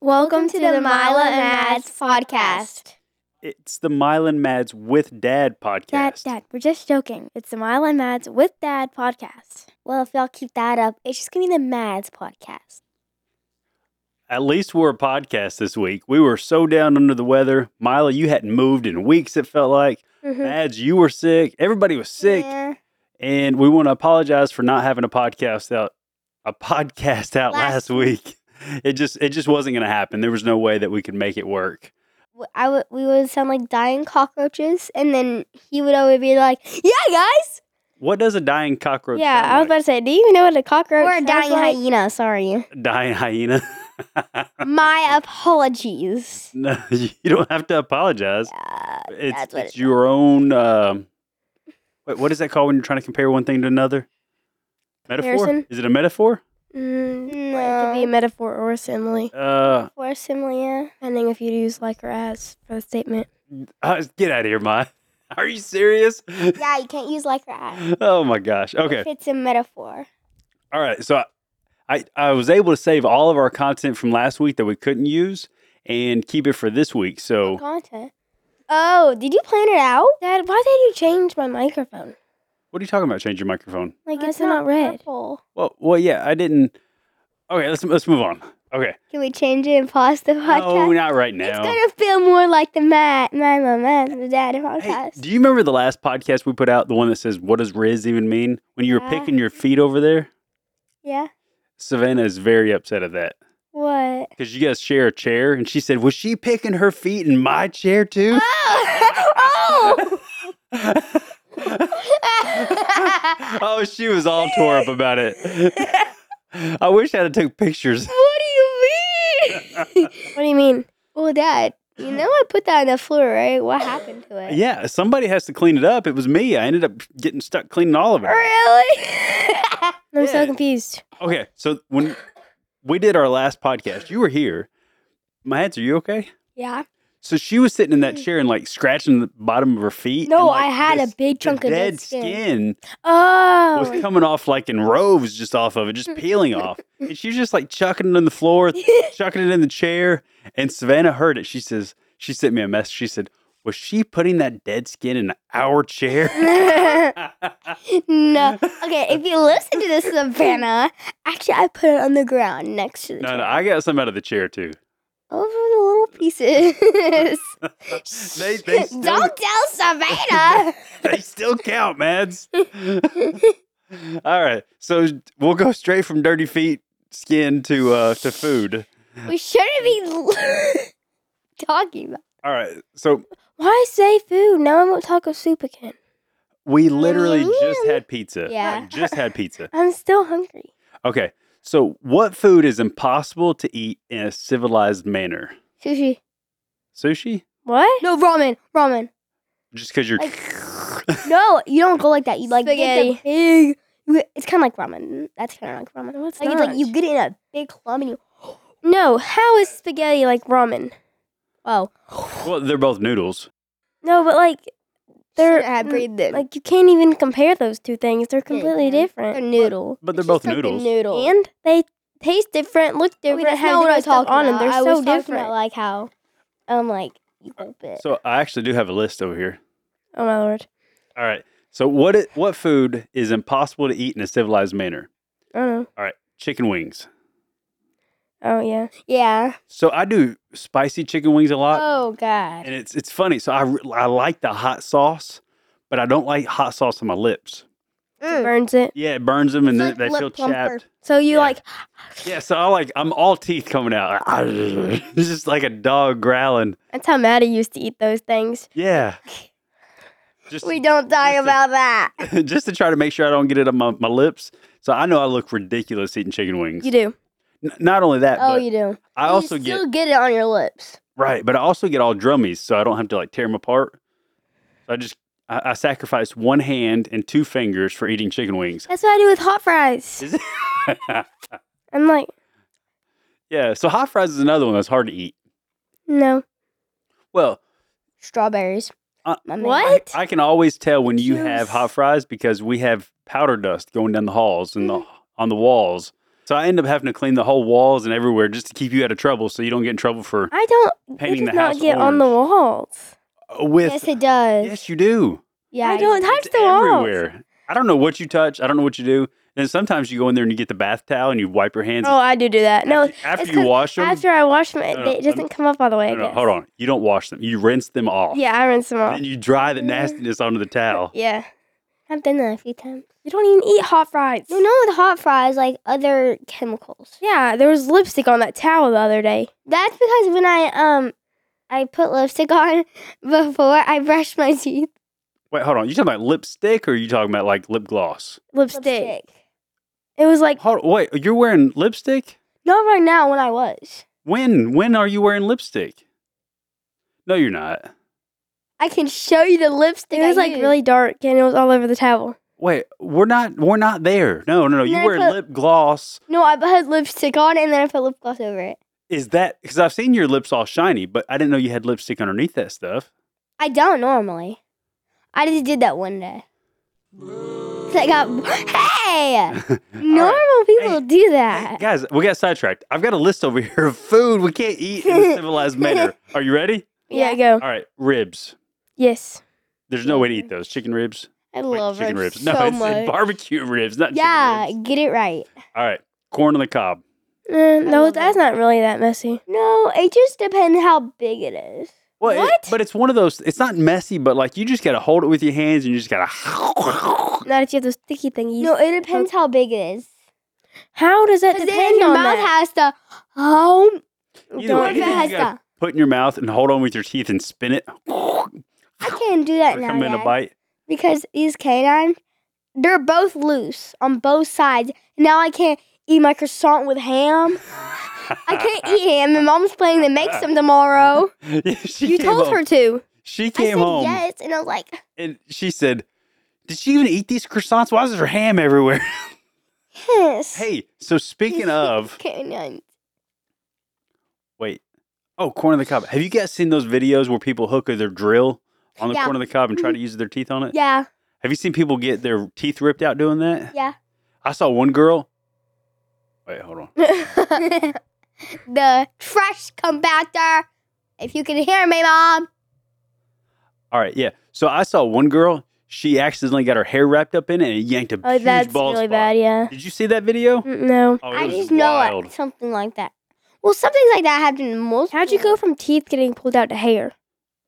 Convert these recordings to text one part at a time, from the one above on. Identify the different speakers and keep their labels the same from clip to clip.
Speaker 1: Welcome to the Mila and Mads podcast.
Speaker 2: It's the Mylan Mads with Dad podcast.
Speaker 1: Dad, Dad, we're just joking. It's the Mila and Mads with Dad podcast. Well, if y'all keep that up, it's just gonna be the Mads podcast.
Speaker 2: At least we're a podcast this week. We were so down under the weather. Mila, you hadn't moved in weeks, it felt like.
Speaker 1: Mhm.
Speaker 2: Mads, you were sick. Everybody was sick.
Speaker 1: Yeah.
Speaker 2: And we want to apologize for not having a podcast out a podcast out
Speaker 1: Last
Speaker 2: last, week. It just it just wasn't gonna happen. There was no way that we could make it work.
Speaker 1: W- I would, we would sound like dying cockroaches, and then he would always be like, "Yeah, guys."
Speaker 2: What does a dying cockroach
Speaker 1: yeah,
Speaker 2: sound
Speaker 1: I was about
Speaker 2: like?
Speaker 1: to say, do you even know what a cockroach?
Speaker 3: Or a
Speaker 1: sounds
Speaker 3: dying
Speaker 1: like? hyena. Sorry.
Speaker 2: dying hyena?
Speaker 1: My apologies.
Speaker 2: no, you don't have to apologize.
Speaker 1: Uh,
Speaker 2: it's,
Speaker 1: That's what
Speaker 2: it's
Speaker 1: it-
Speaker 2: your own. Um, wait, what is that called when you're trying to compare one thing to another? Metaphor?
Speaker 1: Comparison?
Speaker 2: Is it a metaphor?
Speaker 1: mm, It
Speaker 3: No.
Speaker 1: could be a metaphor or a simile.
Speaker 2: Uh,
Speaker 3: Or a simile, yeah.
Speaker 1: Depending if you'd use like or as for the statement.
Speaker 2: uh, get out of here, my. Are you serious?
Speaker 3: Yeah, you can't use like or as.
Speaker 2: oh my gosh. Okay.
Speaker 3: If it's a metaphor.
Speaker 2: All right. So I, I I was able to save all of our content from last week that we couldn't use and keep it for this week. So
Speaker 3: Content. Oh, did you plan it out?
Speaker 1: Dad, why did you change my microphone?
Speaker 2: what are you talking about? Change your microphone.
Speaker 1: Like
Speaker 3: Why
Speaker 1: it's
Speaker 3: is it
Speaker 1: not red.
Speaker 3: purple?
Speaker 2: Well, well, yeah. I didn't. Okay. Let's let's move on. Okay.
Speaker 3: Can we change it and pause the podcast?
Speaker 2: No, not right now.
Speaker 3: It's gonna feel more like the Matt, my mom, and the dad
Speaker 2: Hey,
Speaker 3: podcast.
Speaker 2: do you remember the last podcast we put out? The one that says, What does Riz even mean? When you were
Speaker 3: Yeah.
Speaker 2: picking your feet over there?
Speaker 3: yeah.
Speaker 2: Savannah is very upset at that
Speaker 3: What?
Speaker 2: because you guys share a chair. And she said, Was she picking her feet in my chair too?
Speaker 3: Oh!
Speaker 2: oh, she was all tore up about it. I wish I'd have took pictures.
Speaker 3: what do you mean?
Speaker 1: What do you mean?
Speaker 3: well, Dad, you know I put that on the floor, right? What happened to it?
Speaker 2: Yeah, somebody has to clean it up. It was me. I ended up getting stuck cleaning all of it.
Speaker 3: Really?
Speaker 1: I'm
Speaker 2: Yeah.
Speaker 1: so confused.
Speaker 2: Okay, so when we did our last podcast, you were here. Mads, are you okay?
Speaker 1: Yeah.
Speaker 2: So she was sitting in that chair and like scratching the bottom of her feet.
Speaker 1: Mm. No,
Speaker 2: and, like,
Speaker 1: I had
Speaker 2: this-
Speaker 1: a big
Speaker 2: the
Speaker 1: chunk of
Speaker 2: dead
Speaker 1: dead
Speaker 2: skin, was
Speaker 1: Oh.
Speaker 2: coming off like in rows just off of it, just peeling off. And she was just like chucking it on the floor, chucking it in the chair. And Savannah heard it. She says, she sent me a message. She said, was she putting that dead skin in our chair?
Speaker 3: no. Okay, if you listen to this, Savannah, actually, I put it on the ground next to the
Speaker 2: No,
Speaker 3: chair.
Speaker 2: no, I got some out of the chair too.
Speaker 3: Over the little pieces.
Speaker 2: They, they, still,
Speaker 3: Don't tell Savannah.
Speaker 2: they still count, Mads. All right. So we'll go straight from dirty feet skin to uh to food.
Speaker 3: we shouldn't be talking about.
Speaker 2: All right. So
Speaker 1: Why say food? Now I want taco soup again.
Speaker 2: we literally just had pizza.
Speaker 3: Yeah.
Speaker 2: Like, Just had pizza.
Speaker 1: I'm still hungry.
Speaker 2: Okay. So what food is impossible to eat in a civilized manner?
Speaker 3: Sushi.
Speaker 2: Sushi?
Speaker 1: What?
Speaker 3: No ramen. Ramen.
Speaker 2: Just because you're
Speaker 3: No, you don't go like that. You like
Speaker 1: Spaghetti.
Speaker 3: get the big. you- It's kind of like ramen. That's kind of like ramen.
Speaker 1: No, it's
Speaker 3: Like, it's
Speaker 1: not.
Speaker 3: like you get it in a big clump and you.
Speaker 1: No, how is spaghetti like ramen?
Speaker 3: Oh.
Speaker 2: well, they're both noodles.
Speaker 1: No, but like they're
Speaker 3: Should have
Speaker 2: Mm,
Speaker 3: breathed in.
Speaker 1: like you can't even compare those two things. They're completely
Speaker 3: yeah.
Speaker 1: different.
Speaker 3: a noodle.
Speaker 2: But they're
Speaker 3: It's
Speaker 2: both
Speaker 3: just like a
Speaker 2: noodles.
Speaker 3: noodle.
Speaker 1: And they taste different, look
Speaker 3: Okay,
Speaker 1: different,
Speaker 3: that's
Speaker 1: have
Speaker 3: not what I
Speaker 1: different
Speaker 3: was
Speaker 1: stuff
Speaker 3: talking
Speaker 1: on them.
Speaker 3: about.
Speaker 1: They're
Speaker 3: I was
Speaker 1: so
Speaker 3: talking about,
Speaker 1: different.
Speaker 3: like how, um, like you hope it.
Speaker 2: So I actually do have a list over here.
Speaker 1: oh my lord.
Speaker 2: All right. So what it, what food is impossible to eat in a civilized manner?
Speaker 1: I don't know.
Speaker 2: All right. Chicken wings.
Speaker 1: Mm-hmm. Oh yeah.
Speaker 3: yeah.
Speaker 2: So I do spicy chicken wings a lot,
Speaker 3: Oh God.
Speaker 2: Uh, and it's it's funny. So I re- I like the hot sauce, but I don't like hot sauce on my lips.
Speaker 3: Mm.
Speaker 1: It burns it.
Speaker 2: Yeah, it burns them and
Speaker 3: It's
Speaker 2: they,
Speaker 3: like
Speaker 2: they
Speaker 3: lip
Speaker 2: feel
Speaker 3: plumper.
Speaker 2: chapped.
Speaker 1: So you
Speaker 2: Yeah.
Speaker 1: like
Speaker 2: Yeah, so I like I'm all teeth coming out. it's just like a dog growling.
Speaker 1: that's how Maddie used to eat those things.
Speaker 2: Yeah. Just
Speaker 3: We don't
Speaker 2: Just
Speaker 3: talk
Speaker 2: a-
Speaker 3: about that.
Speaker 2: just to try to make sure I don't get it on my, my lips. So I know I look ridiculous eating chicken wings.
Speaker 1: You do.
Speaker 2: N- not only that,
Speaker 3: Oh,
Speaker 2: but
Speaker 3: you do.
Speaker 2: I also
Speaker 3: you
Speaker 2: get
Speaker 3: still get it on your lips.
Speaker 2: Right, but I also get all drummies, so I don't have to like tear them apart. I just I, I sacrifice one hand and two fingers for eating chicken wings.
Speaker 1: That's what I do with hot fries.
Speaker 2: Is it?
Speaker 1: I'm like,
Speaker 2: yeah, so hot fries is another one that's hard to eat.
Speaker 1: no.
Speaker 2: Well,
Speaker 3: Strawberries.
Speaker 2: Uh,
Speaker 3: My man.
Speaker 1: What?
Speaker 2: I can always tell when you have
Speaker 1: Juice. Mm.
Speaker 2: hot fries because we have powder dust going down the halls and the on the walls. So I end up having to clean the whole walls and everywhere just to keep you out of trouble, so you don't get in trouble for
Speaker 1: I don't. It
Speaker 2: Painting
Speaker 1: does
Speaker 2: the
Speaker 1: not
Speaker 2: house
Speaker 1: get on the walls.
Speaker 2: with.
Speaker 3: Yes, it does.
Speaker 2: Yes, you do.
Speaker 3: yeah,
Speaker 1: I don't touch
Speaker 2: It's
Speaker 1: the walls.
Speaker 2: everywhere. I don't know what you touch. I don't know what you do. And sometimes you go in there and you get the bath towel and you wipe your hands.
Speaker 1: Oh, I do do that. No,
Speaker 2: after, after
Speaker 1: it's
Speaker 2: you
Speaker 1: 'cause
Speaker 2: wash them.
Speaker 1: after I wash them,
Speaker 2: No,
Speaker 1: it,
Speaker 2: no,
Speaker 1: it doesn't
Speaker 2: I'm-
Speaker 1: come up all the way.
Speaker 2: no,
Speaker 1: I
Speaker 2: no,
Speaker 1: guess.
Speaker 2: hold on. You don't wash them. You rinse them off.
Speaker 1: Yeah, I rinse them off.
Speaker 2: Then you dry the nastiness onto the towel.
Speaker 1: Yeah. I've done that a few times. You don't even eat hot fries.
Speaker 3: No, no, the hot fries like other chemicals.
Speaker 1: Yeah, there was lipstick on that towel the other day.
Speaker 3: That's because when I um I put lipstick on before I brush my teeth.
Speaker 2: Wait, hold on. You talking about lipstick or are you talking about like lip gloss?
Speaker 1: Lipstick. It was like,
Speaker 2: Hold, wait, you're wearing lipstick?
Speaker 1: not right now when I was.
Speaker 2: When? When are you wearing lipstick? No, you're not.
Speaker 3: I can show you the lipstick.
Speaker 1: It was
Speaker 3: I
Speaker 1: like
Speaker 3: used.
Speaker 1: really dark and it was all over the towel.
Speaker 2: Wait, we're not. We're not there. No, no, no. You
Speaker 3: No,
Speaker 2: wear
Speaker 3: but-
Speaker 2: lip gloss.
Speaker 3: No, I put lipstick on and then I put lip gloss over it.
Speaker 2: Is that because I've seen your lips all shiny, but I didn't know you had lipstick underneath that stuff.
Speaker 3: I don't normally. I just did that one day. 'Cause I got hey.
Speaker 2: All
Speaker 3: Normal
Speaker 2: right.
Speaker 3: people
Speaker 2: Hey,
Speaker 3: do
Speaker 2: Hey,
Speaker 3: that.
Speaker 2: guys, we got sidetracked. I've got a list over here of food we can't eat in a civilized manner. Are you ready?
Speaker 1: Yeah,
Speaker 3: Yeah.
Speaker 1: go.
Speaker 2: All right, ribs.
Speaker 1: Yes.
Speaker 2: There's no way to eat those. Chicken ribs.
Speaker 3: I
Speaker 2: Wait,
Speaker 3: Mm-hmm. love
Speaker 2: chicken
Speaker 3: ribs,
Speaker 2: No,
Speaker 3: so
Speaker 2: it's
Speaker 3: much.
Speaker 2: barbecue ribs, not
Speaker 3: yeah,
Speaker 2: chicken ribs.
Speaker 3: get it right.
Speaker 2: All right, corn on the cob.
Speaker 1: Eh, no,
Speaker 3: love
Speaker 1: that's
Speaker 3: it.
Speaker 1: not really that messy.
Speaker 3: No, it just depends how big it is.
Speaker 2: Well, it-
Speaker 1: What?
Speaker 2: but it's one of those. It's not messy, but like you just gotta hold it with your hands and you just gotta.
Speaker 1: Not if you have those sticky thingies.
Speaker 3: No, it depends how big it is.
Speaker 1: How does that
Speaker 3: Because then
Speaker 1: depend
Speaker 3: your
Speaker 1: on
Speaker 3: mouth
Speaker 1: that?
Speaker 3: has to. Oh,
Speaker 2: Either
Speaker 1: Don't
Speaker 2: way,
Speaker 3: what if it
Speaker 2: anything you
Speaker 3: has
Speaker 2: gotta
Speaker 3: to?
Speaker 2: put in your mouth and hold on with your teeth and spin it.
Speaker 3: I can't do that
Speaker 2: Or
Speaker 3: now,
Speaker 2: come in a
Speaker 3: Dad,
Speaker 2: bite.
Speaker 3: because these canines, they're both loose on both sides. Now I can't eat my croissant with ham. I can't eat ham, and Mom's planning to make some tomorrow.
Speaker 2: Yeah, she
Speaker 1: you
Speaker 2: came
Speaker 1: told
Speaker 2: home.
Speaker 1: her to.
Speaker 2: She
Speaker 3: I
Speaker 2: came
Speaker 3: said
Speaker 2: home
Speaker 3: yes, and I was like,
Speaker 2: and she said, "Did she even eat these croissants? Why is there ham everywhere?"
Speaker 3: yes.
Speaker 2: hey, so speaking of,
Speaker 3: canines.
Speaker 2: wait, oh, corn on the cob. Have you guys seen those videos where people hook their drill on the
Speaker 3: Yeah.
Speaker 2: corn on the cob and try to use their teeth on it?
Speaker 3: Yeah,
Speaker 2: Have you seen people get their teeth ripped out doing that?
Speaker 3: yeah.
Speaker 2: I saw one girl. Wait, hold on.
Speaker 3: the trash compactor. If you can hear me, Mom.
Speaker 2: All right, yeah. So I saw one girl. She accidentally got her hair wrapped up in it and it yanked a
Speaker 1: Oh,
Speaker 2: huge
Speaker 1: that's
Speaker 2: ball
Speaker 1: really
Speaker 2: spot.
Speaker 1: bad, yeah.
Speaker 2: Did you see that video?
Speaker 1: Mm, No.
Speaker 2: Oh, it
Speaker 3: I
Speaker 2: was
Speaker 3: just know
Speaker 2: wild.
Speaker 3: it, something like that. Well, something like that happened multiple.
Speaker 1: How'd you go from teeth getting pulled out to hair?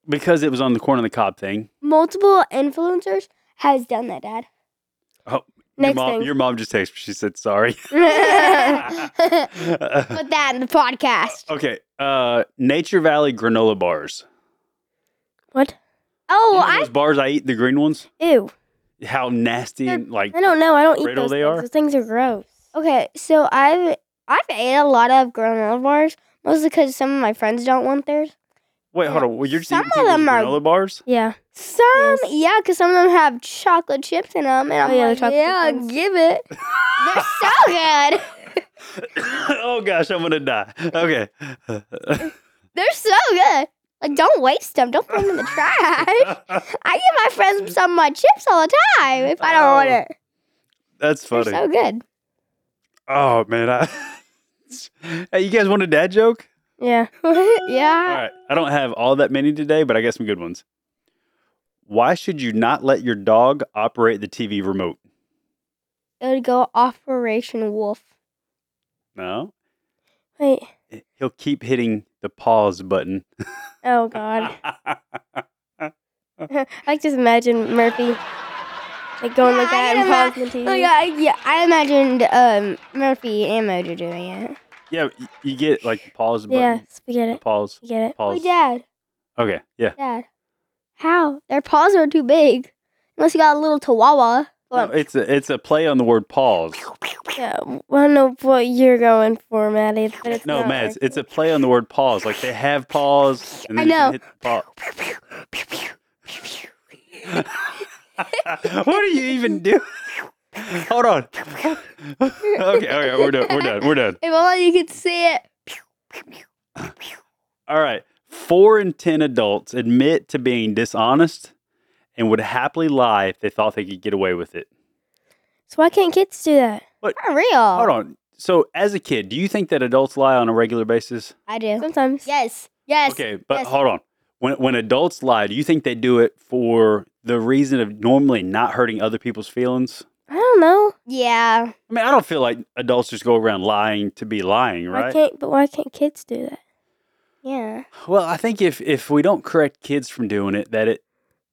Speaker 2: because it was on the corn on the cob thing.
Speaker 3: Multiple influencers has done that, Dad.
Speaker 1: Next
Speaker 2: your mom,
Speaker 1: thing.
Speaker 2: your mom just texted. me. She said sorry.
Speaker 3: Put
Speaker 2: okay,
Speaker 3: that in the podcast.
Speaker 2: uh, Nature Valley granola bars.
Speaker 1: What?
Speaker 3: Oh,
Speaker 2: You know
Speaker 3: I
Speaker 2: those bars I eat, the green ones.
Speaker 1: Ew.
Speaker 2: How nasty and like
Speaker 1: I don't know. I don't eat
Speaker 2: Riddle
Speaker 1: those
Speaker 2: they
Speaker 1: things.
Speaker 2: are?
Speaker 1: Those things are gross.
Speaker 3: okay. So I've I've ate a lot of granola bars, mostly because some of my friends don't want theirs.
Speaker 2: wait, hold on. Well, you're just
Speaker 3: Some
Speaker 2: eating
Speaker 3: of
Speaker 2: people's
Speaker 3: them are-
Speaker 2: granola bars.
Speaker 1: Yeah.
Speaker 3: Some, yeah, because some of them have chocolate chips in them, and I'm
Speaker 1: Oh, yeah, the
Speaker 3: like,
Speaker 1: chocolate
Speaker 3: yeah,
Speaker 1: ones.
Speaker 3: give it. They're so good.
Speaker 2: oh gosh, I'm gonna die. Okay.
Speaker 3: They're so good. Like, don't waste them. Don't put them in the trash. I give my friends some of my chips all the time if I don't want
Speaker 2: Oh,
Speaker 3: it.
Speaker 2: That's
Speaker 3: They're
Speaker 2: funny.
Speaker 3: so good.
Speaker 2: oh man, I. hey, you guys want a dad joke?
Speaker 1: Yeah.
Speaker 2: All
Speaker 3: yeah.
Speaker 2: right. I don't have all that many today, but I got some good ones. Why should you not let your dog operate the TV remote?
Speaker 3: It would go Operation Wolf.
Speaker 2: No.
Speaker 1: Wait.
Speaker 2: He'll keep hitting the pause button.
Speaker 1: Oh God. I just imagine Murphy like going like
Speaker 3: Yeah, I
Speaker 1: that and
Speaker 3: can
Speaker 1: pausing the TV.
Speaker 3: Oh, yeah, I- yeah, I imagined um, Murphy and Mojo doing it.
Speaker 2: yeah, y- you get like the pause button.
Speaker 1: Yeah, we get
Speaker 2: the
Speaker 1: it.
Speaker 2: Pause.
Speaker 1: We get it.
Speaker 3: Oh,
Speaker 2: Pause.
Speaker 3: Dad,
Speaker 2: Okay. Yeah.
Speaker 3: Dad. How? Their paws are too big. Unless you got a little chihuahua.
Speaker 2: No, it's a it's a play on the word pause.
Speaker 1: Yeah. Well, I don't know what you're going for, Maddie, but it's
Speaker 2: No,
Speaker 1: not
Speaker 2: Mads,
Speaker 1: working.
Speaker 2: it's a play on the word pause. Like they have pause. And
Speaker 3: I
Speaker 2: then you
Speaker 3: know.
Speaker 2: Hit the pause. what are you even doing? Hold on. okay, okay, we're done. We're done. We're done.
Speaker 3: If only you could see it.
Speaker 2: All right. Four in 10 adults admit to being dishonest and would happily lie if they thought they could get away with it.
Speaker 1: So why can't kids do that?
Speaker 3: For real.
Speaker 2: Hold on. so as a kid, do you think that adults lie on a regular basis?
Speaker 3: I do.
Speaker 1: Sometimes.
Speaker 3: Yes. Yes.
Speaker 2: Okay, but
Speaker 3: yes.
Speaker 2: hold on. When when adults lie, do you think they do it for the reason of normally not hurting other people's feelings?
Speaker 1: I don't know.
Speaker 3: Yeah.
Speaker 2: I mean, I don't feel like adults just go around lying to be lying,
Speaker 1: Why
Speaker 2: right?
Speaker 1: can't? But why can't kids do that?
Speaker 3: Yeah.
Speaker 2: Well, I think if if we don't correct kids from doing it, that it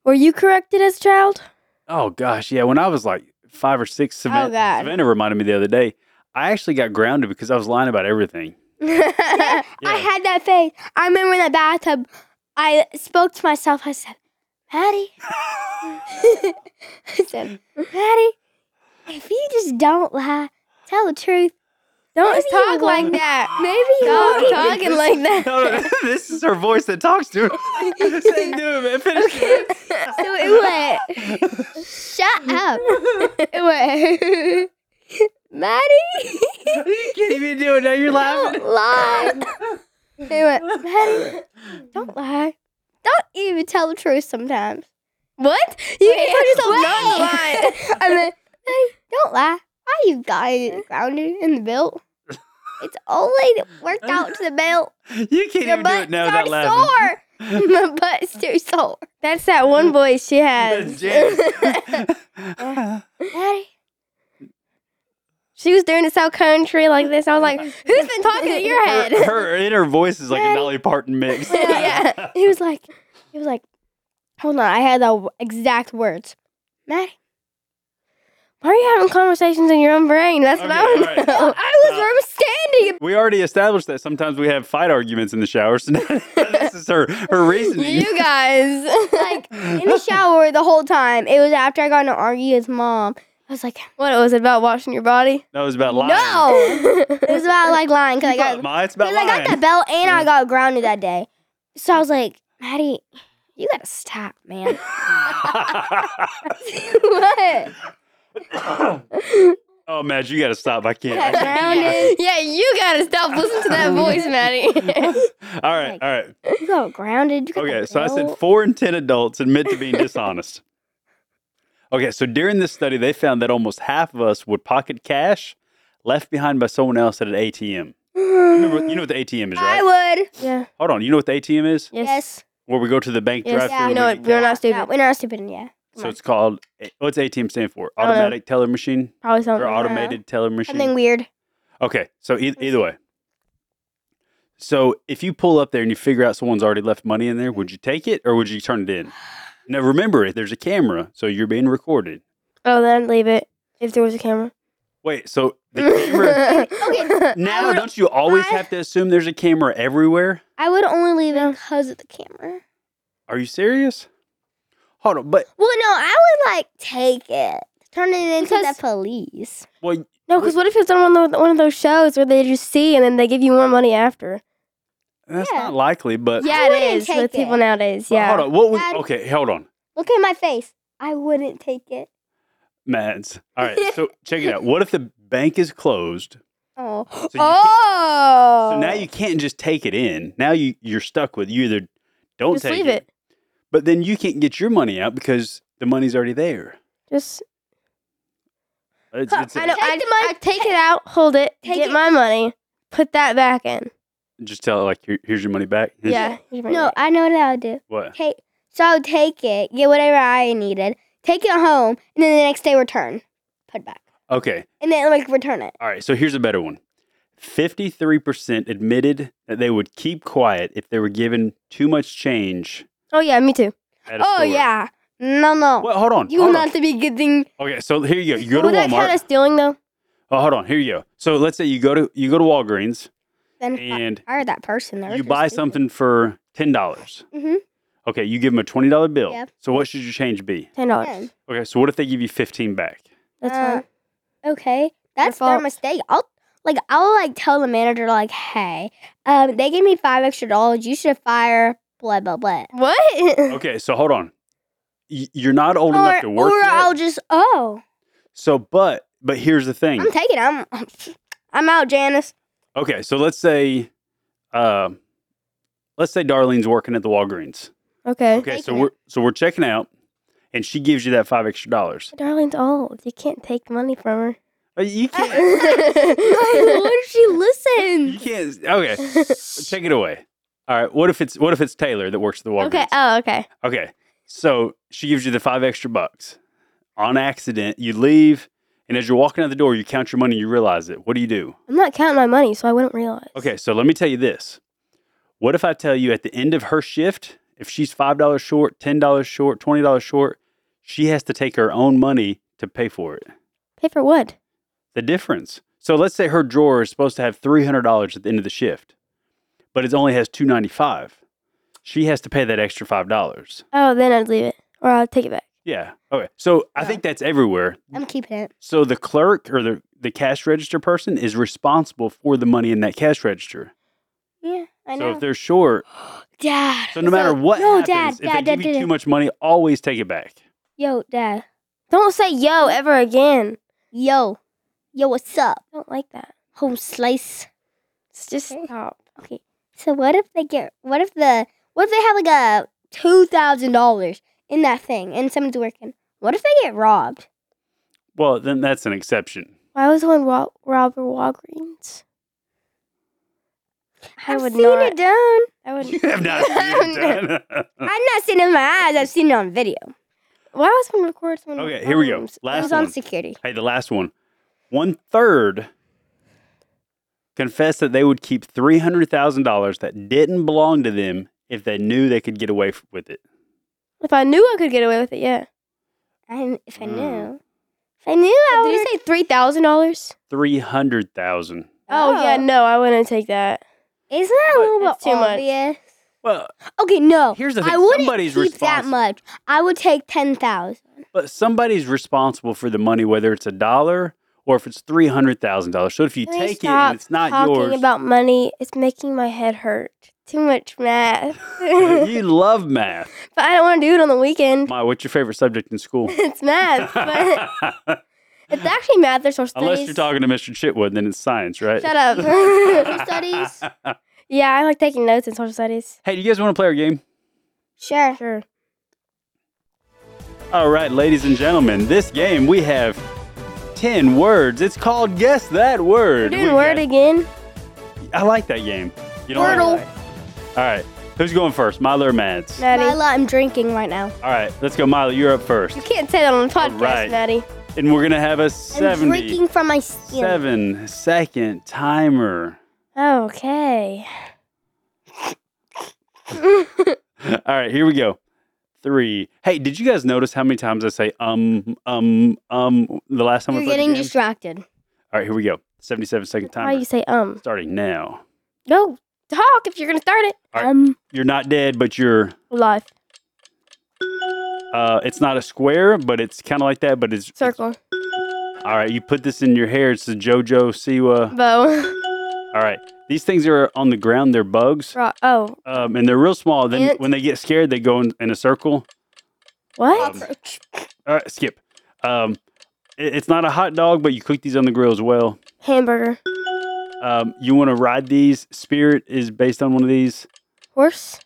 Speaker 1: Were you corrected as a child?
Speaker 2: Oh gosh, yeah. When I was like five or six, Savannah,
Speaker 3: Oh, God.
Speaker 2: Savannah reminded me the other day. I actually got grounded because I was lying about everything.
Speaker 3: I
Speaker 2: Yeah.
Speaker 3: had that face. I remember in the bathtub, I spoke to myself. I said, Maddie. I said, Maddie, if you just don't lie, tell the truth.
Speaker 1: Don't
Speaker 3: Maybe you
Speaker 1: talk like
Speaker 3: won't.
Speaker 1: that.
Speaker 3: Maybe you
Speaker 1: Stop
Speaker 3: won't.
Speaker 1: talking like that.
Speaker 2: No, no, this is her voice that talks to her. Say, do it, man. Finish it.
Speaker 3: So it went. Shut up. It went. Maddie,
Speaker 2: You can't even do it. Now you're laughing.
Speaker 3: don't lie. It went. Maddie, don't lie. Don't even tell the truth sometimes. What? You
Speaker 1: can tell yourself not to lie.
Speaker 3: I mean, Maddie, don't lie. Why you got grounded in the belt? It's only worked out to the belt.
Speaker 2: You can't
Speaker 3: Your
Speaker 2: even do
Speaker 3: butt's
Speaker 2: it now without
Speaker 3: already
Speaker 2: laughing. Mm.
Speaker 3: sore. My butt's too sore.
Speaker 1: That's that one voice she
Speaker 2: That's
Speaker 1: has.
Speaker 2: James.
Speaker 3: Maddie.
Speaker 1: She was doing it so country like this. I was like, "Who's been talking in your head?"
Speaker 2: her, her inner voice is like a Dolly Parton mix.
Speaker 1: Yeah.
Speaker 3: he was like, he was like, hold on, I had the w- exact words. Maddie,
Speaker 1: Why are you having conversations in your own brain? That's what I
Speaker 2: Okay,
Speaker 1: want
Speaker 2: all
Speaker 1: to
Speaker 2: right.
Speaker 1: know.
Speaker 3: I was
Speaker 2: Stop.
Speaker 3: where I'm standing.
Speaker 2: We already established that sometimes we have fight arguments in the shower. So this is her her reasoning.
Speaker 1: You guys,
Speaker 3: Like in the shower the whole time. It was after I got in an argument with mom. I was like,
Speaker 1: what it was about washing your body?
Speaker 2: No, it's about lying.
Speaker 3: no.
Speaker 1: it
Speaker 3: It was about like lying because I
Speaker 2: It's
Speaker 3: got
Speaker 2: about, my, it's about
Speaker 3: because I
Speaker 2: lying.
Speaker 3: got the belt and I got grounded that day. So I was like, Maddie, you gotta stop, man. what?
Speaker 2: oh, Matt, you got to stop. I can't. I
Speaker 3: Grounded.
Speaker 1: yeah, you gotta stop listening to that voice, Maddie.
Speaker 2: can't. all right, all right.
Speaker 3: You got grounded. You got
Speaker 2: Okay,
Speaker 3: the
Speaker 2: so I said
Speaker 3: belt.
Speaker 2: four in 10 adults admit to being dishonest. Okay, so during this study, they found that almost half of us would pocket cash left behind by someone else at an ATM. Remember, you know what the ATM is, right?
Speaker 3: I would.
Speaker 1: yeah.
Speaker 2: Hold on, you know what the ATM is?
Speaker 1: Yes.
Speaker 2: Where we go to the bank
Speaker 1: Yes,
Speaker 2: drive
Speaker 3: yeah,
Speaker 2: through.
Speaker 3: we
Speaker 1: You know what? We're not
Speaker 3: Yeah,
Speaker 1: stupid.
Speaker 3: we're not stupid, yeah.
Speaker 2: So it's called, eh, what's ATM stand for?
Speaker 1: don't know. Oh,
Speaker 2: Automatic teller machine
Speaker 1: Probably something.
Speaker 2: or
Speaker 1: like that.
Speaker 2: automated teller machine?
Speaker 3: Something weird.
Speaker 2: Okay, so e- either way. So if you pull up there and you figure out someone's already left money in there, would you take it or would you turn it in? Now remember, if there's a camera, so you're being recorded.
Speaker 1: Oh, then leave it. If there was a camera.
Speaker 2: Wait, so the camera.
Speaker 3: Okay.
Speaker 2: now,
Speaker 3: I would-
Speaker 2: don't you always
Speaker 3: I-
Speaker 2: have to assume there's a camera everywhere?
Speaker 3: I would only leave it because of the camera.
Speaker 2: Are you serious? Hold on, but
Speaker 3: Well, no, I would like take it, turn it into
Speaker 1: Because-
Speaker 3: the police.
Speaker 2: well,
Speaker 1: No, because what if it's on one of, the, one of those shows where they just see and then they give you more money after?
Speaker 2: that's
Speaker 3: Yeah.
Speaker 2: not likely. But
Speaker 1: yeah,
Speaker 3: wouldn't
Speaker 1: it is
Speaker 3: take
Speaker 1: with people
Speaker 3: it.
Speaker 1: nowadays.
Speaker 2: but
Speaker 1: Yeah.
Speaker 2: hold on. What would,
Speaker 3: Dad-
Speaker 2: okay, hold on,
Speaker 3: Look at my face. I wouldn't take it.
Speaker 2: Mads. All right, so check it out. What if the bank is closed?
Speaker 3: Oh.
Speaker 2: So you can't-
Speaker 3: oh.
Speaker 1: Uh,
Speaker 2: So now you can't just take it in. Now you you're stuck with you either don't
Speaker 1: Just
Speaker 2: take
Speaker 1: leave it.
Speaker 2: but then you can't get your money out because the money's already there.
Speaker 1: Just
Speaker 2: It's,
Speaker 3: Huh,
Speaker 2: it's
Speaker 1: I know.
Speaker 3: Take
Speaker 1: I
Speaker 3: the money-
Speaker 1: take it out, hold it,
Speaker 3: Take
Speaker 1: get
Speaker 3: it.
Speaker 1: my money, put that back in.
Speaker 2: just tell it like Here, here's your money back. Here's-
Speaker 1: Yeah. here's my
Speaker 3: No,
Speaker 1: money.
Speaker 3: I know what I would do.
Speaker 2: What?
Speaker 3: Take. So I would take it, get whatever I needed, take it home, and then the next day return, put it back,
Speaker 2: Okay.
Speaker 3: and then like return it.
Speaker 2: All right. So here's a better one. Fifty three percent admitted that they would keep quiet if they were given too much change.
Speaker 1: Oh yeah, me too.
Speaker 2: At a
Speaker 3: Oh
Speaker 2: store.
Speaker 3: yeah. No, no.
Speaker 2: Well, hold on.
Speaker 3: You
Speaker 2: hold
Speaker 3: will
Speaker 2: on.
Speaker 3: not to be getting
Speaker 2: Okay, so here you go. You go to
Speaker 1: Would that
Speaker 2: Walmart.
Speaker 1: count as stealing though?
Speaker 2: Oh, hold on. Here you go. So let's say you go to you go to Walgreens
Speaker 3: then
Speaker 2: and
Speaker 3: fire that person. There.
Speaker 2: you buy something for ten dollars.
Speaker 3: Mm-hmm.
Speaker 2: Okay, you give them a twenty dollar bill.
Speaker 3: Yep.
Speaker 2: So what should your change be?
Speaker 1: Ten dollars.
Speaker 2: Okay, so what if they give you fifteen back?
Speaker 1: That's
Speaker 3: Uh,
Speaker 1: fine.
Speaker 3: Okay, that's their
Speaker 1: fault.
Speaker 3: mistake. I'll like I'll like tell the manager like, hey, um, they gave me five extra dollars. You should fire blah blah blah.
Speaker 1: What?
Speaker 2: Okay, so hold on. Y- You're not old
Speaker 3: or
Speaker 2: enough to work
Speaker 3: or
Speaker 2: yet.
Speaker 3: I'll just oh,
Speaker 2: so, but but here's the thing.
Speaker 3: I'm taking. it. I'm
Speaker 1: I'm out, Janice.
Speaker 2: okay, so let's say, uh, let's say Darlene's working at the Walgreens.
Speaker 1: Okay.
Speaker 2: Okay, so
Speaker 3: taking
Speaker 2: we're so we're checking out, and she gives you that five extra dollars.
Speaker 1: Darlene's old. You can't take money from her.
Speaker 2: Uh, You can't.
Speaker 3: I
Speaker 1: what if she
Speaker 2: You
Speaker 1: listens?
Speaker 2: can't. Okay, take it away. All right. What if it's What if it's Taylor that works at the Walgreens?
Speaker 3: okay. Oh, okay.
Speaker 2: Okay. So she gives you the five extra bucks. On accident, you leave, and as you're walking out the door, you count your money. You realize it. What do you do?
Speaker 1: I'm not counting my money, so I wouldn't realize.
Speaker 2: Okay. So let me tell you this. What if I tell you at the end of her shift, if she's five dollars short, ten dollars short, twenty dollars short, she has to take her own money to pay for it.
Speaker 1: Pay for what?
Speaker 2: the difference. So let's say her drawer is supposed to have three hundred dollars at the end of the shift, but it only has two ninety five. She has to pay that extra five dollars.
Speaker 1: Oh, then I'd leave it, or I'll take it back.
Speaker 2: Yeah. Okay. So I think that's everywhere.
Speaker 3: I'm keeping it.
Speaker 2: So the clerk or the the cash register person is responsible for the money in that cash register.
Speaker 3: Yeah, I
Speaker 2: So
Speaker 3: know.
Speaker 2: if they're short,
Speaker 3: Dad.
Speaker 2: so no matter what
Speaker 3: no,
Speaker 2: happens,
Speaker 3: Dad,
Speaker 2: if
Speaker 3: Dad,
Speaker 2: they
Speaker 3: Dad,
Speaker 2: give you
Speaker 3: Dad.
Speaker 2: too much money, always take it back.
Speaker 3: Yo, Dad.
Speaker 1: Don't say yo ever again.
Speaker 3: Yo. Yo, what's up?
Speaker 1: I don't like that.
Speaker 3: Home slice.
Speaker 1: It's just
Speaker 3: Okay.
Speaker 1: stop.
Speaker 3: So what if they get? What if the? What if they have like a two thousand dollars in that thing and someone's working? What if they get robbed?
Speaker 2: Well, then that's an exception.
Speaker 1: Why was one Wa- Robert Walgreens? I
Speaker 3: I've
Speaker 1: would
Speaker 3: seen
Speaker 1: not.
Speaker 3: it done.
Speaker 1: I would.
Speaker 2: You have not seen it done.
Speaker 3: I've not seen it in my eyes. I've seen it on video.
Speaker 1: Why was one record someone?
Speaker 2: Okay, here we go.
Speaker 1: else's?
Speaker 2: Last
Speaker 3: it was
Speaker 2: one.
Speaker 3: on security.
Speaker 2: Hey, the last one. One third confessed that they would keep three hundred thousand dollars that didn't belong to them if they knew they could get away f- with it.
Speaker 1: If I knew I could get away with it, yeah.
Speaker 3: I, if I
Speaker 2: Mm.
Speaker 3: knew, if I knew, I
Speaker 1: Did
Speaker 3: would.
Speaker 1: you say three thousand dollars?
Speaker 2: Three hundred thousand.
Speaker 1: Oh yeah, no, I wouldn't take that.
Speaker 3: Isn't that a little bit
Speaker 1: That's too much.
Speaker 3: obvious?
Speaker 2: Well,
Speaker 3: Okay, no.
Speaker 2: here's the thing:
Speaker 3: I wouldn't
Speaker 2: somebody's
Speaker 3: keep that
Speaker 2: responsible.
Speaker 3: much. I would take ten thousand.
Speaker 2: But somebody's responsible for the money, whether it's a dollar or if it's three hundred thousand dollars. So if you
Speaker 1: Can we
Speaker 2: take it
Speaker 1: stop
Speaker 2: and it's not
Speaker 1: Talking
Speaker 2: yours,
Speaker 1: about money, it's making my head hurt. Too much math. but
Speaker 2: you love math.
Speaker 1: I don't want to do it on the weekend.
Speaker 2: My, what's your favorite subject in school?
Speaker 1: it's math, but it's actually math or social studies.
Speaker 2: Unless you're talking to Mr. Chitwood, then it's science, right?
Speaker 1: Shut up.
Speaker 3: Social studies?
Speaker 1: yeah, I like taking notes in social studies.
Speaker 2: Hey, do you guys want to play our game?
Speaker 3: Sure.
Speaker 1: Sure.
Speaker 2: All right, ladies and gentlemen, this game we have 10 words. It's called Guess That
Speaker 1: We're
Speaker 2: Word.
Speaker 1: doing
Speaker 2: We
Speaker 1: word
Speaker 2: got-
Speaker 1: again.
Speaker 2: I like that game. You don't like
Speaker 3: Wordle.
Speaker 2: that? All right, who's going first? Milo or Mads?
Speaker 1: Maddie.
Speaker 3: Lila, I'm drinking right now.
Speaker 2: All right, let's go, Milo. You're up first.
Speaker 1: You can't say that on the
Speaker 2: All
Speaker 1: podcast,
Speaker 2: right.
Speaker 1: Maddie.
Speaker 2: And we're going to have a
Speaker 3: I'm drinking from my skin.
Speaker 2: 77 second timer.
Speaker 1: Okay.
Speaker 2: All right, here we go. Three. Hey, did you guys notice how many times I say um, um, um the last time
Speaker 3: You're
Speaker 2: we played the
Speaker 3: getting
Speaker 2: game?
Speaker 3: distracted.
Speaker 2: All right, here we go. 77 second
Speaker 1: Why
Speaker 2: timer.
Speaker 1: you say um?
Speaker 2: Starting now.
Speaker 1: No, talk if you're gonna start it.
Speaker 2: All right.
Speaker 1: Um,
Speaker 2: You're not dead, but you're
Speaker 1: life
Speaker 2: Uh, it's not a square, but it's kind of like that. But it's
Speaker 1: circle
Speaker 2: it's- all right. You put this in your hair. It's the JoJo Siwa.
Speaker 1: bow.
Speaker 2: All right. These things are on the ground. They're bugs,
Speaker 1: Rock. Oh,
Speaker 2: um, and they're real small. Then
Speaker 1: Ant.
Speaker 2: when they get scared, they go in, in a circle.
Speaker 1: what?
Speaker 2: Um, All right, skip. Um, it- it's not a hot dog, but you cook these on the grill as well.
Speaker 1: Hamburger.
Speaker 2: Um, you want to ride these. Spirit is based on one of these.
Speaker 1: Horse.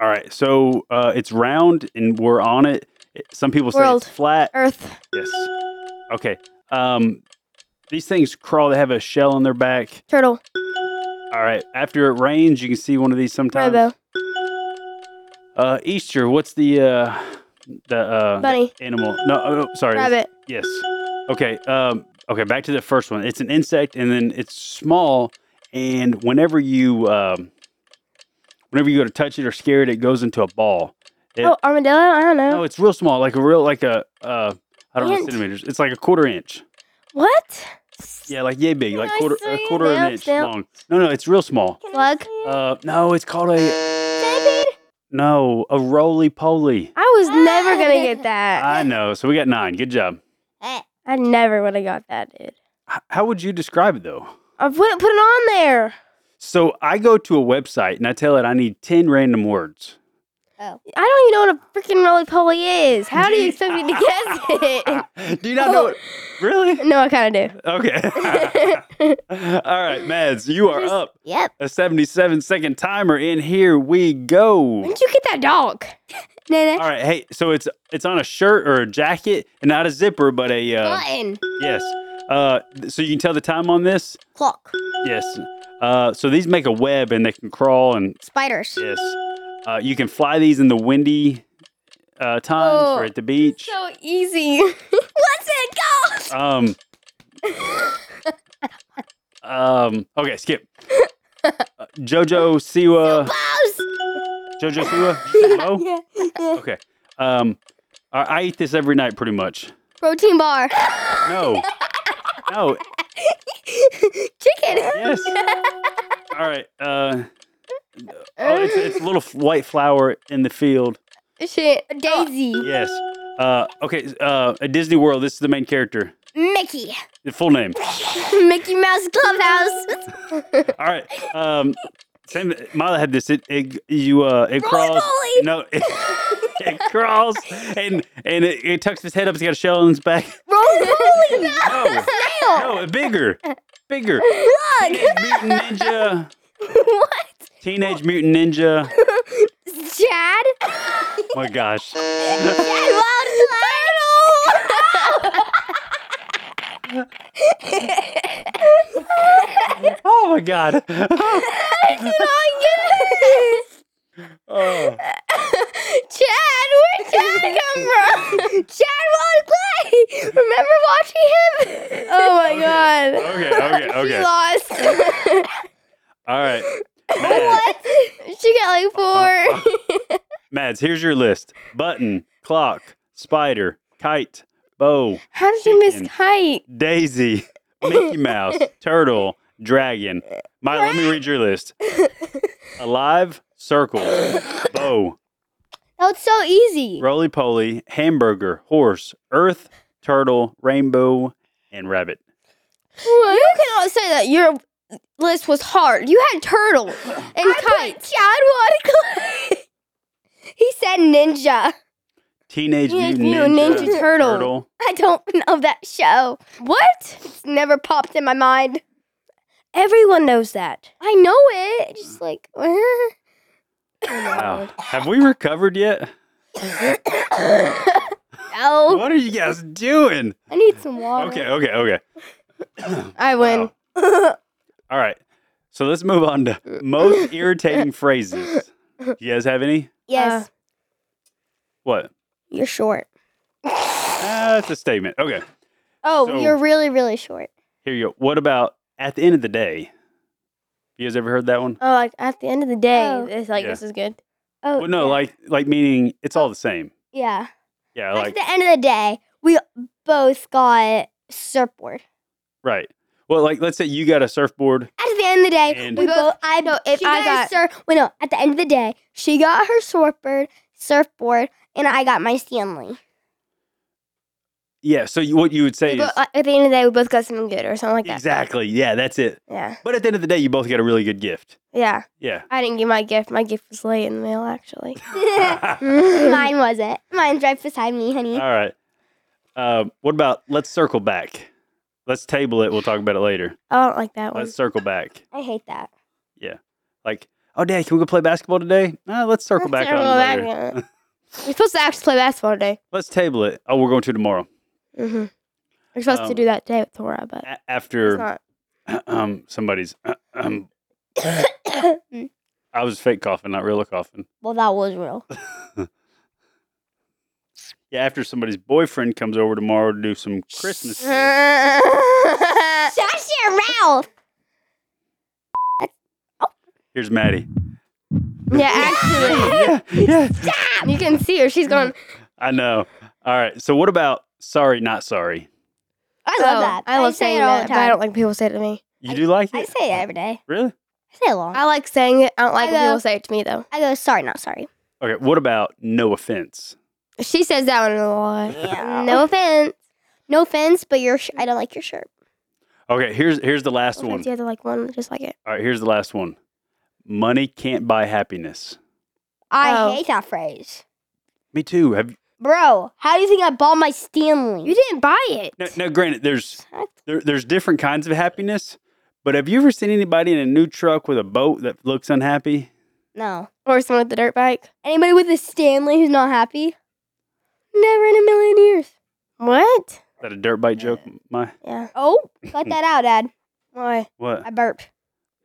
Speaker 2: All right. So uh, it's round, and we're on it. It- Some people say
Speaker 1: World.
Speaker 2: it's flat.
Speaker 1: Earth.
Speaker 2: Yes. Okay. Um, these things crawl. They have a shell on their back.
Speaker 1: Turtle.
Speaker 2: All right. After it rains, you can see one of these sometimes.
Speaker 1: Rainbow.
Speaker 2: Uh, Easter. What's the uh, the uh,
Speaker 1: Bunny.
Speaker 2: animal? No. Oh, sorry.
Speaker 1: Rabbit.
Speaker 2: Yes. Okay. Um, okay. Back to the first one. It's an insect, and then it's small. And whenever you um, whenever you go to touch it or scare it, it goes into a ball. It-
Speaker 1: Oh, armadillo. I don't know.
Speaker 2: No, it's real small, like a real like a uh, I don't know
Speaker 1: Ant.
Speaker 2: centimeters. It's like a quarter inch.
Speaker 1: What?
Speaker 2: Yeah, like yay big, like
Speaker 1: I
Speaker 2: quarter
Speaker 1: see
Speaker 2: a
Speaker 1: it
Speaker 2: quarter of
Speaker 1: now,
Speaker 2: an inch
Speaker 1: now.
Speaker 2: long. No, no, it's real small.
Speaker 3: Slug.
Speaker 2: Uh, no, it's called a
Speaker 3: Centipede?
Speaker 2: no a roly poly.
Speaker 1: I was never gonna get that.
Speaker 2: I know. So we got nine. Good job.
Speaker 3: Eh.
Speaker 1: I never would have got that, dude.
Speaker 2: H- How would you describe it though?
Speaker 1: I wouldn't put it on there.
Speaker 2: So I go to a website and I tell it I need ten random words.
Speaker 1: I don't even know what a freaking roly poly is. How do you expect me to guess
Speaker 2: do you not know?
Speaker 3: Oh.
Speaker 2: What, really?
Speaker 1: it? no, I kind of do.
Speaker 2: Okay. All right, Mads, you are up.
Speaker 3: Yep.
Speaker 2: A seventy-seven second timer in. Here we
Speaker 1: When
Speaker 2: go.
Speaker 1: did you get that dog?
Speaker 3: Nene.
Speaker 2: All right, hey, so it's it's on a shirt or a jacket, and not a zipper, but a uh,
Speaker 3: Button.
Speaker 2: yes. Uh, th- so you can tell the time on this.
Speaker 3: Clock.
Speaker 2: Yes. Uh, so these make a web, and they can crawl, and
Speaker 3: Spiders.
Speaker 2: yes, uh, you can fly these in the windy uh, times
Speaker 3: Oh,
Speaker 2: or at the beach.
Speaker 3: So easy. What's it called?
Speaker 2: Um. um. Okay, skip. Uh, Jojo Siwa.
Speaker 3: Bows.
Speaker 2: Jojo Siwa. Did you say Bo?
Speaker 3: Yeah. yeah.
Speaker 2: Okay. Um. I, I eat this every night, pretty much.
Speaker 3: Protein bar.
Speaker 2: No. No.
Speaker 3: Chicken.
Speaker 2: Yes. All right. Uh. Oh, it's, it's a little f- white flower in the field.
Speaker 3: Shit. Daisy.
Speaker 2: Yes. Uh. Okay. Uh. At Disney World, this is the main character.
Speaker 3: Mickey.
Speaker 2: The full name.
Speaker 3: Mickey Mouse Clubhouse.
Speaker 2: All right. Um, same. Mila had this. It, it you uh, it crawls.
Speaker 3: Molly!
Speaker 2: No, it, it crawls and and it, it tucks its head up. It's got a shell on its back.
Speaker 1: Oh,
Speaker 3: Rolly.
Speaker 2: No,
Speaker 3: Snail.
Speaker 2: no, bigger, bigger.
Speaker 3: Plug.
Speaker 2: Teenage Mutant Ninja.
Speaker 3: what?
Speaker 2: Teenage Mutant Ninja.
Speaker 3: Chad.
Speaker 2: Oh my gosh.
Speaker 3: Chad Wild Turtle.
Speaker 2: Oh my god.
Speaker 3: Oh, yes.
Speaker 2: Oh.
Speaker 3: Chad, where'd Chad come from? Chad won't play. Remember watching him? Oh my god.
Speaker 2: Okay.
Speaker 3: She
Speaker 2: Okay. Okay.
Speaker 3: lost.
Speaker 2: All right. Mads,
Speaker 3: she got like
Speaker 2: Uh,
Speaker 3: four.
Speaker 2: Mads, here's your list: button, clock, spider, kite, bow,
Speaker 3: How did you miss
Speaker 2: Chicken.
Speaker 3: kite?
Speaker 2: Daisy, Mickey Mouse, Turtle, Dragon. My, let me read your list. Alive, Circle, Bow,
Speaker 3: That was so easy.
Speaker 2: Roly Poly, Hamburger, Horse, Earth, Turtle, Rainbow, and Rabbit.
Speaker 3: You cannot say that your list was hard. You had turtle and kite. Chad won. he said ninja.
Speaker 2: Teenage
Speaker 3: Teenage Mutant
Speaker 2: Mutant Ninja,
Speaker 3: Ninja Turtle. I don't know that show. What? It's never popped in my mind.
Speaker 1: Everyone knows that.
Speaker 3: I know it. Just like Oh,
Speaker 2: Wow. Have we recovered yet?
Speaker 3: oh,
Speaker 2: What are you guys doing?
Speaker 3: I need some water.
Speaker 2: Okay, okay, okay.
Speaker 3: I win.
Speaker 2: Wow. All right. So let's move on to most irritating phrases. Do you guys have any? Uh.
Speaker 3: Yes.
Speaker 2: What?
Speaker 1: You're short.
Speaker 2: Ah, that's a statement. Okay.
Speaker 3: oh,
Speaker 2: so-
Speaker 3: you're really really short.
Speaker 2: Here you go. What about at the end of the day? You guys ever heard that one?
Speaker 1: Oh, like at the end of the day,
Speaker 3: Oh.
Speaker 1: it's like
Speaker 2: Yeah.
Speaker 1: this is good.
Speaker 3: Oh
Speaker 2: Well, no, like like meaning it's all the same.
Speaker 3: yeah.
Speaker 2: Yeah,
Speaker 3: At
Speaker 2: like
Speaker 3: the end of the day, we both got surfboard.
Speaker 2: right. Well, like let's say you got a surfboard.
Speaker 3: At the end of the day,
Speaker 2: And-
Speaker 3: we both. I know if
Speaker 1: I got-
Speaker 3: surf. Wait, no. At the end of the day, she got her surfboard, surfboard, and I got my Stanley.
Speaker 2: Yeah. So you, what you would say
Speaker 1: We bo-
Speaker 2: is
Speaker 1: uh, at the end of the day, we both got something good or something like that.
Speaker 2: exactly. Yeah, that's it.
Speaker 1: Yeah.
Speaker 2: But at the end of the day, you both got a really good gift.
Speaker 1: Yeah.
Speaker 2: Yeah.
Speaker 1: I didn't get my gift. My gift was late in the mail, actually.
Speaker 2: all
Speaker 3: Mine wasn't. Mine's right beside me, honey.
Speaker 2: right. Um, what about let's circle back? Let's table it. We'll talk about it later.
Speaker 1: I don't like that one.
Speaker 2: Let's circle back.
Speaker 3: I hate that.
Speaker 2: Like, oh, Dad, can we go play basketball today? Uh, let's circle back on
Speaker 1: Circle
Speaker 2: it
Speaker 1: back
Speaker 2: later.
Speaker 1: on it. We're supposed to actually play basketball today.
Speaker 2: Let's table it. Oh, we're going to tomorrow
Speaker 1: Mm-hmm. We're supposed
Speaker 2: Um,
Speaker 1: to do that today with Thora, but
Speaker 2: a-
Speaker 1: it's
Speaker 2: after.
Speaker 1: not.
Speaker 2: um somebody's um I was fake coughing, not real coughing.
Speaker 3: well, that was real.
Speaker 2: Yeah, after somebody's boyfriend comes over tomorrow to do some Christmas. stuff.
Speaker 3: Shut your mouth.
Speaker 2: Here's Maddie.
Speaker 1: Yeah, actually,
Speaker 2: yeah, yeah.
Speaker 1: you can see her. She's going.
Speaker 2: I know. All right. So what about sorry, not sorry?
Speaker 3: I
Speaker 1: "Oh,
Speaker 3: love that.
Speaker 1: I love
Speaker 3: say
Speaker 1: saying
Speaker 3: it all
Speaker 1: that,
Speaker 3: the
Speaker 1: but I
Speaker 3: time.
Speaker 1: don't like when people say it to me.
Speaker 2: You do like
Speaker 3: I,
Speaker 2: it?
Speaker 3: say it every day.
Speaker 2: Really?
Speaker 3: I say it a lot.
Speaker 1: I like saying it. I don't like
Speaker 3: I
Speaker 1: when
Speaker 3: go-
Speaker 1: people say it to me though.
Speaker 3: I go sorry, not sorry.
Speaker 2: Okay. What about no offense?
Speaker 1: She says that one a lot.
Speaker 3: Yeah.
Speaker 1: No offense.
Speaker 3: No offense, but your sh- I don't like your shirt.
Speaker 2: Okay. Here's here's the last
Speaker 1: No
Speaker 2: one.
Speaker 1: offense. You have to like one just like it.
Speaker 2: All right. Here's the last one. Money can't buy happiness.
Speaker 3: I
Speaker 1: Oh.
Speaker 3: hate that phrase,
Speaker 2: Me too. Have
Speaker 3: bro. How do you think I bought my Stanley?
Speaker 1: You didn't buy it.
Speaker 2: no, no granted, there's there, there's different kinds of happiness, but have you ever seen anybody in a new truck with a boat that looks unhappy?
Speaker 3: No.
Speaker 1: Or someone with the dirt bike.
Speaker 3: Anybody with a Stanley who's not happy? Never in a million years.
Speaker 1: What?
Speaker 2: Is that a dirt bike joke?
Speaker 1: Uh,
Speaker 2: My
Speaker 1: Yeah.
Speaker 3: Oh, cut that out, Dad.
Speaker 1: Why?
Speaker 2: what?
Speaker 3: I burped.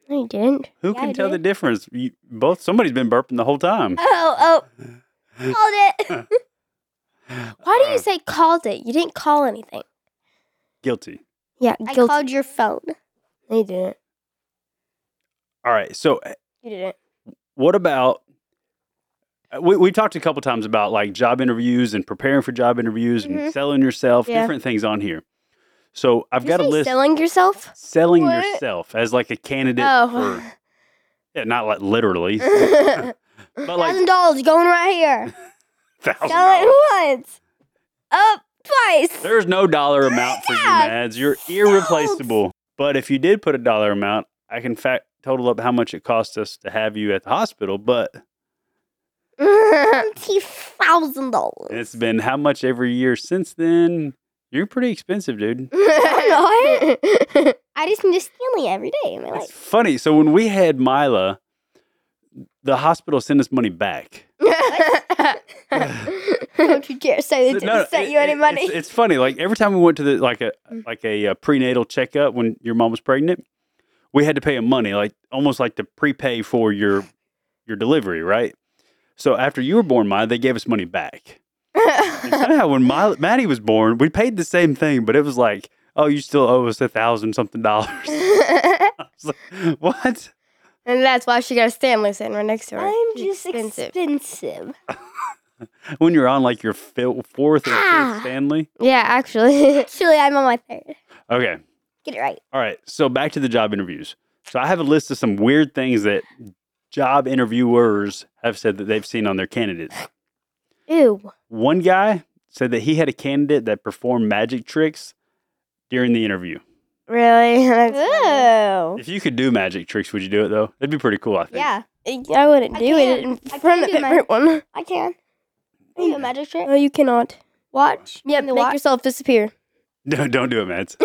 Speaker 1: No, you didn't.
Speaker 2: Who
Speaker 3: yeah,
Speaker 2: can
Speaker 3: I
Speaker 2: tell
Speaker 3: did.
Speaker 2: the difference? You, both somebody's been burping the whole time.
Speaker 3: Oh, oh. Called it.
Speaker 1: Uh, Why
Speaker 2: Uh.
Speaker 1: do you say called it? You didn't call anything.
Speaker 2: guilty?
Speaker 1: Yeah,
Speaker 3: I
Speaker 1: guilty.
Speaker 3: called your phone.
Speaker 1: No, you didn't.
Speaker 2: All right. So uh,
Speaker 1: You didn't.
Speaker 2: what about uh, we, we've talked a couple times about like job interviews and preparing for job interviews
Speaker 1: Mhm.
Speaker 2: and selling yourself
Speaker 1: Yeah.
Speaker 2: different things on here so i've got a list
Speaker 1: Selling yourself?
Speaker 2: selling
Speaker 3: What?
Speaker 2: yourself as like a candidate
Speaker 1: Oh.
Speaker 2: for yeah, not like literally
Speaker 1: That's
Speaker 2: but
Speaker 3: Thousand
Speaker 2: like
Speaker 3: dollars going right here.
Speaker 2: thousand
Speaker 3: Sell it
Speaker 2: dollars.
Speaker 3: once. Up twice.
Speaker 2: there's no dollar amount for you
Speaker 3: Yeah.
Speaker 2: mads you're irreplaceable but if you did put a dollar amount i can fact total up how much it cost us to have you at the hospital but
Speaker 3: Twenty thousand dollars.
Speaker 2: it's been how much every year since then you're pretty expensive dude
Speaker 3: I just need a Stanley every day in my
Speaker 2: It's
Speaker 3: life.
Speaker 2: funny. So when we had Mila, the hospital sent us money back.
Speaker 3: Don't you dare say they
Speaker 2: No, no,
Speaker 3: didn't send
Speaker 2: it-
Speaker 3: you any
Speaker 2: it-
Speaker 3: money.
Speaker 2: It's, it's funny. Like every time we went to the like a
Speaker 1: Mm.
Speaker 2: like a, uh prenatal checkup when your mom was pregnant, we had to pay them money, like almost like to prepay for your your delivery, right? So after you were born, Mila, they gave us money back. And somehow when Mila, Maddie was born, we paid the same thing, but it was like, oh, you still owe us a thousand something dollars. I was like, what?
Speaker 1: And that's why she got a Stanley sitting right next to her.
Speaker 3: I'm
Speaker 1: It's
Speaker 3: just expensive.
Speaker 2: When you're on like your fil- fourth or
Speaker 3: Ah.
Speaker 2: fifth Stanley.
Speaker 1: Yeah, actually.
Speaker 3: Actually, I'm on my third.
Speaker 2: Okay.
Speaker 3: Get it right.
Speaker 2: All right. So back to the job interviews. So I have a list of some weird things that job interviewers have said that they've seen on their candidates.
Speaker 1: Ew.
Speaker 2: One guy said that he had a candidate that performed magic tricks during the interview.
Speaker 1: Really? That's funny.
Speaker 3: Ooh.
Speaker 2: If you could do magic tricks, would you do it though? That'd be pretty cool, I think.
Speaker 3: Yeah,
Speaker 1: I wouldn't
Speaker 3: I
Speaker 1: do it
Speaker 3: can't-
Speaker 1: in
Speaker 3: I
Speaker 1: front of
Speaker 3: can't do my-
Speaker 1: everyone.
Speaker 3: I can. Can you do a magic trick?
Speaker 1: No, you cannot.
Speaker 3: Watch.
Speaker 1: Yep,
Speaker 3: Can you
Speaker 1: make
Speaker 3: watch?
Speaker 1: yourself disappear.
Speaker 2: No, don't do it, Mads.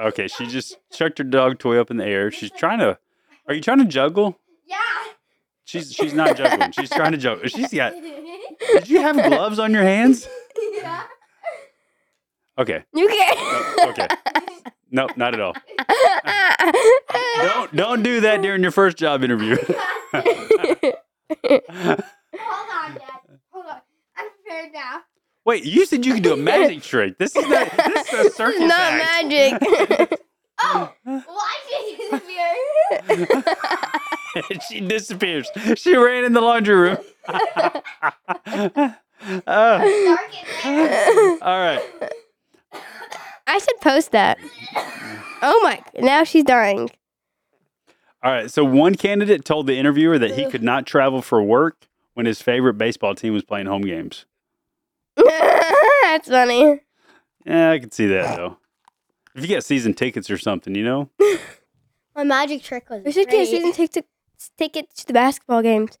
Speaker 2: Okay, she just chucked her dog toy up in the air. She's trying to Are you trying to juggle?
Speaker 3: Yeah.
Speaker 2: She's she's not juggling. She's trying to juggle. She's got Did you have gloves on your hands?
Speaker 3: yeah.
Speaker 2: Okay.
Speaker 1: You can't.
Speaker 2: Okay. Nope, not at all. don't don't do that during your first job interview.
Speaker 3: Hold on, Dad. Hold on. I'm prepared now.
Speaker 2: Wait, you said you could do a magic trick. This is not this is a
Speaker 1: It's
Speaker 2: circle
Speaker 1: not
Speaker 2: back.
Speaker 1: magic.
Speaker 3: Oh, why did you disappear?
Speaker 2: she disappears. She ran in the laundry room. Uh,
Speaker 3: Dark in there.
Speaker 2: all right.
Speaker 1: I should post that. Oh my! Now she's dying.
Speaker 2: All right. So one candidate told the interviewer that he could not travel for work when his favorite baseball team was playing home games.
Speaker 1: That's funny.
Speaker 2: Yeah, I could see that though. If you got season tickets or something, you know?
Speaker 3: My magic trick was.
Speaker 1: We should get season ticket tickets to the basketball games,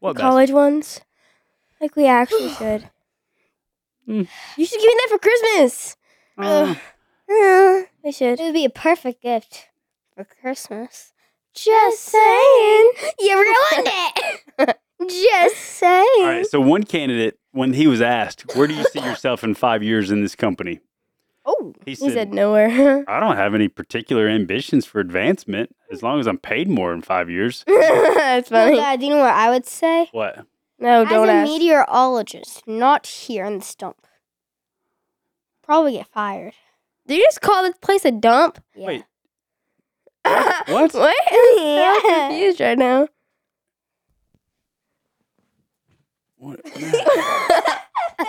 Speaker 2: What bas-
Speaker 1: college ones. Like we actually should.
Speaker 2: Mm.
Speaker 1: You should give me that for Christmas.
Speaker 2: Uh,
Speaker 1: Uh, we
Speaker 3: It
Speaker 1: should.
Speaker 3: would be a perfect gift for Christmas.
Speaker 1: Just saying. You ruined
Speaker 3: it.
Speaker 1: Just saying.
Speaker 2: all right. So one candidate, when he was asked, "Where do you see yourself in five years in this company?"
Speaker 1: Oh,
Speaker 2: He
Speaker 1: he
Speaker 2: said,
Speaker 1: said nowhere.
Speaker 2: I don't have any particular ambitions for advancement as long as I'm paid more in five years.
Speaker 1: That's
Speaker 3: Well,
Speaker 1: funny.
Speaker 3: Dad, do you know what I would say?
Speaker 2: What?
Speaker 1: No, don't
Speaker 3: As a
Speaker 1: ask.
Speaker 3: meteorologist, not here in the stump. Probably get fired.
Speaker 1: Do you just call this place a dump?
Speaker 3: Yeah.
Speaker 2: Wait. What?
Speaker 1: What? I'm so
Speaker 3: Yeah.
Speaker 1: confused right now.
Speaker 2: What?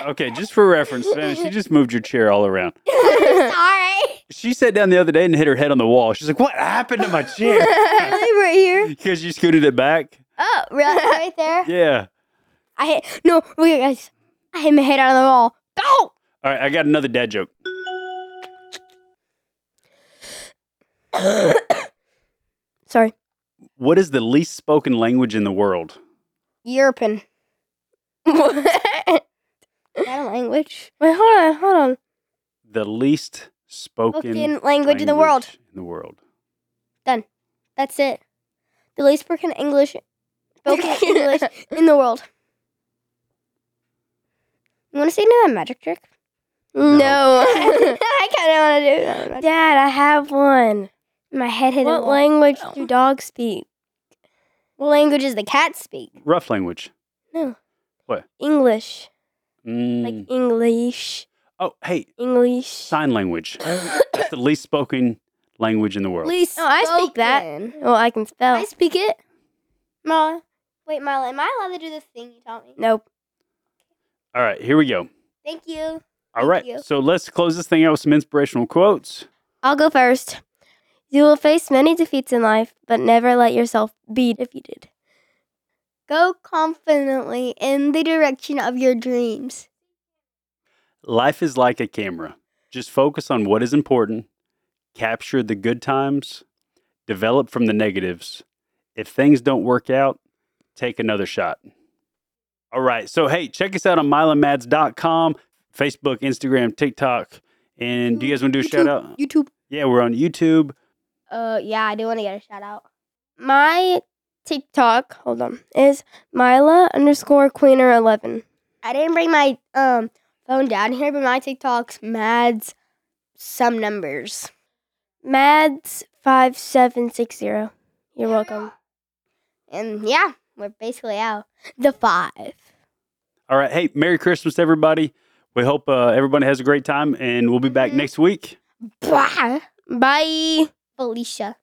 Speaker 2: okay, just for reference, Savannah, she just moved your chair all around.
Speaker 3: Sorry.
Speaker 2: She sat down the other day and hit her head on the wall. She's like, "What happened to my chair?"
Speaker 1: really, right here?
Speaker 2: Because you scooted it back.
Speaker 3: Oh, really? Right there?
Speaker 2: Yeah.
Speaker 3: I hit. No, wait, guys. I hit my head on the wall. Go!
Speaker 2: All right, I got another dad joke.
Speaker 1: Sorry.
Speaker 2: What is the least spoken language in the world?
Speaker 3: European.
Speaker 1: What?
Speaker 3: Is that a language?
Speaker 1: Wait, hold on, hold on.
Speaker 2: The least spoken
Speaker 3: Spoken language in the world.
Speaker 2: In the world.
Speaker 3: That's it. the least spoken English spoken English in the world. You want to see another magic trick?
Speaker 2: No.
Speaker 3: I kind of want to do that.
Speaker 1: Dad, I have one.
Speaker 3: My head hit a
Speaker 1: What
Speaker 3: wall.
Speaker 1: language do dogs speak?
Speaker 3: What language does the cat speak?
Speaker 2: Rough language.
Speaker 1: English.
Speaker 2: Mm.
Speaker 1: Like English.
Speaker 2: oh, hey,
Speaker 1: English.
Speaker 2: sign language. It's the least spoken language in the world.
Speaker 3: Least
Speaker 1: Oh, I speak that.
Speaker 3: spoken.
Speaker 1: Well, I can spell.
Speaker 3: I speak it. Mala. Wait, Mala, am I allowed to do the thing you taught me?
Speaker 1: nope.
Speaker 2: All right, here we go.
Speaker 3: Thank you.
Speaker 2: All
Speaker 3: Thank
Speaker 2: right,
Speaker 3: you.
Speaker 2: so let's close this thing out with some inspirational quotes.
Speaker 1: I'll go first. You will face many defeats in life, but never let yourself be defeated.
Speaker 3: Go confidently in the direction of your dreams.
Speaker 2: Life is like a camera. Just focus on what is important, capture the good times, develop from the negatives. If things don't work out, take another shot. All right. So, hey, check us out on milandmads.com, Facebook, Instagram, TikTok. And do you guys want to do a shout out?
Speaker 3: YouTube.
Speaker 2: Yeah, we're on YouTube.
Speaker 3: Uh, yeah, I do want to get a shout out.
Speaker 1: My TikTok, hold on, is Mila underscore Queener eleven.
Speaker 3: I didn't bring my um phone down here, but my TikTok's Mads some numbers.
Speaker 1: Mads five seven six zero. You're welcome.
Speaker 3: And yeah, we're basically out. The five.
Speaker 2: All right. Hey, Merry Christmas, everybody. We hope uh, everybody
Speaker 3: Mm-hmm.
Speaker 2: has a great time, and we'll be back
Speaker 3: Mhm.
Speaker 2: next week.
Speaker 3: Blah.
Speaker 1: Bye.
Speaker 3: Felicia.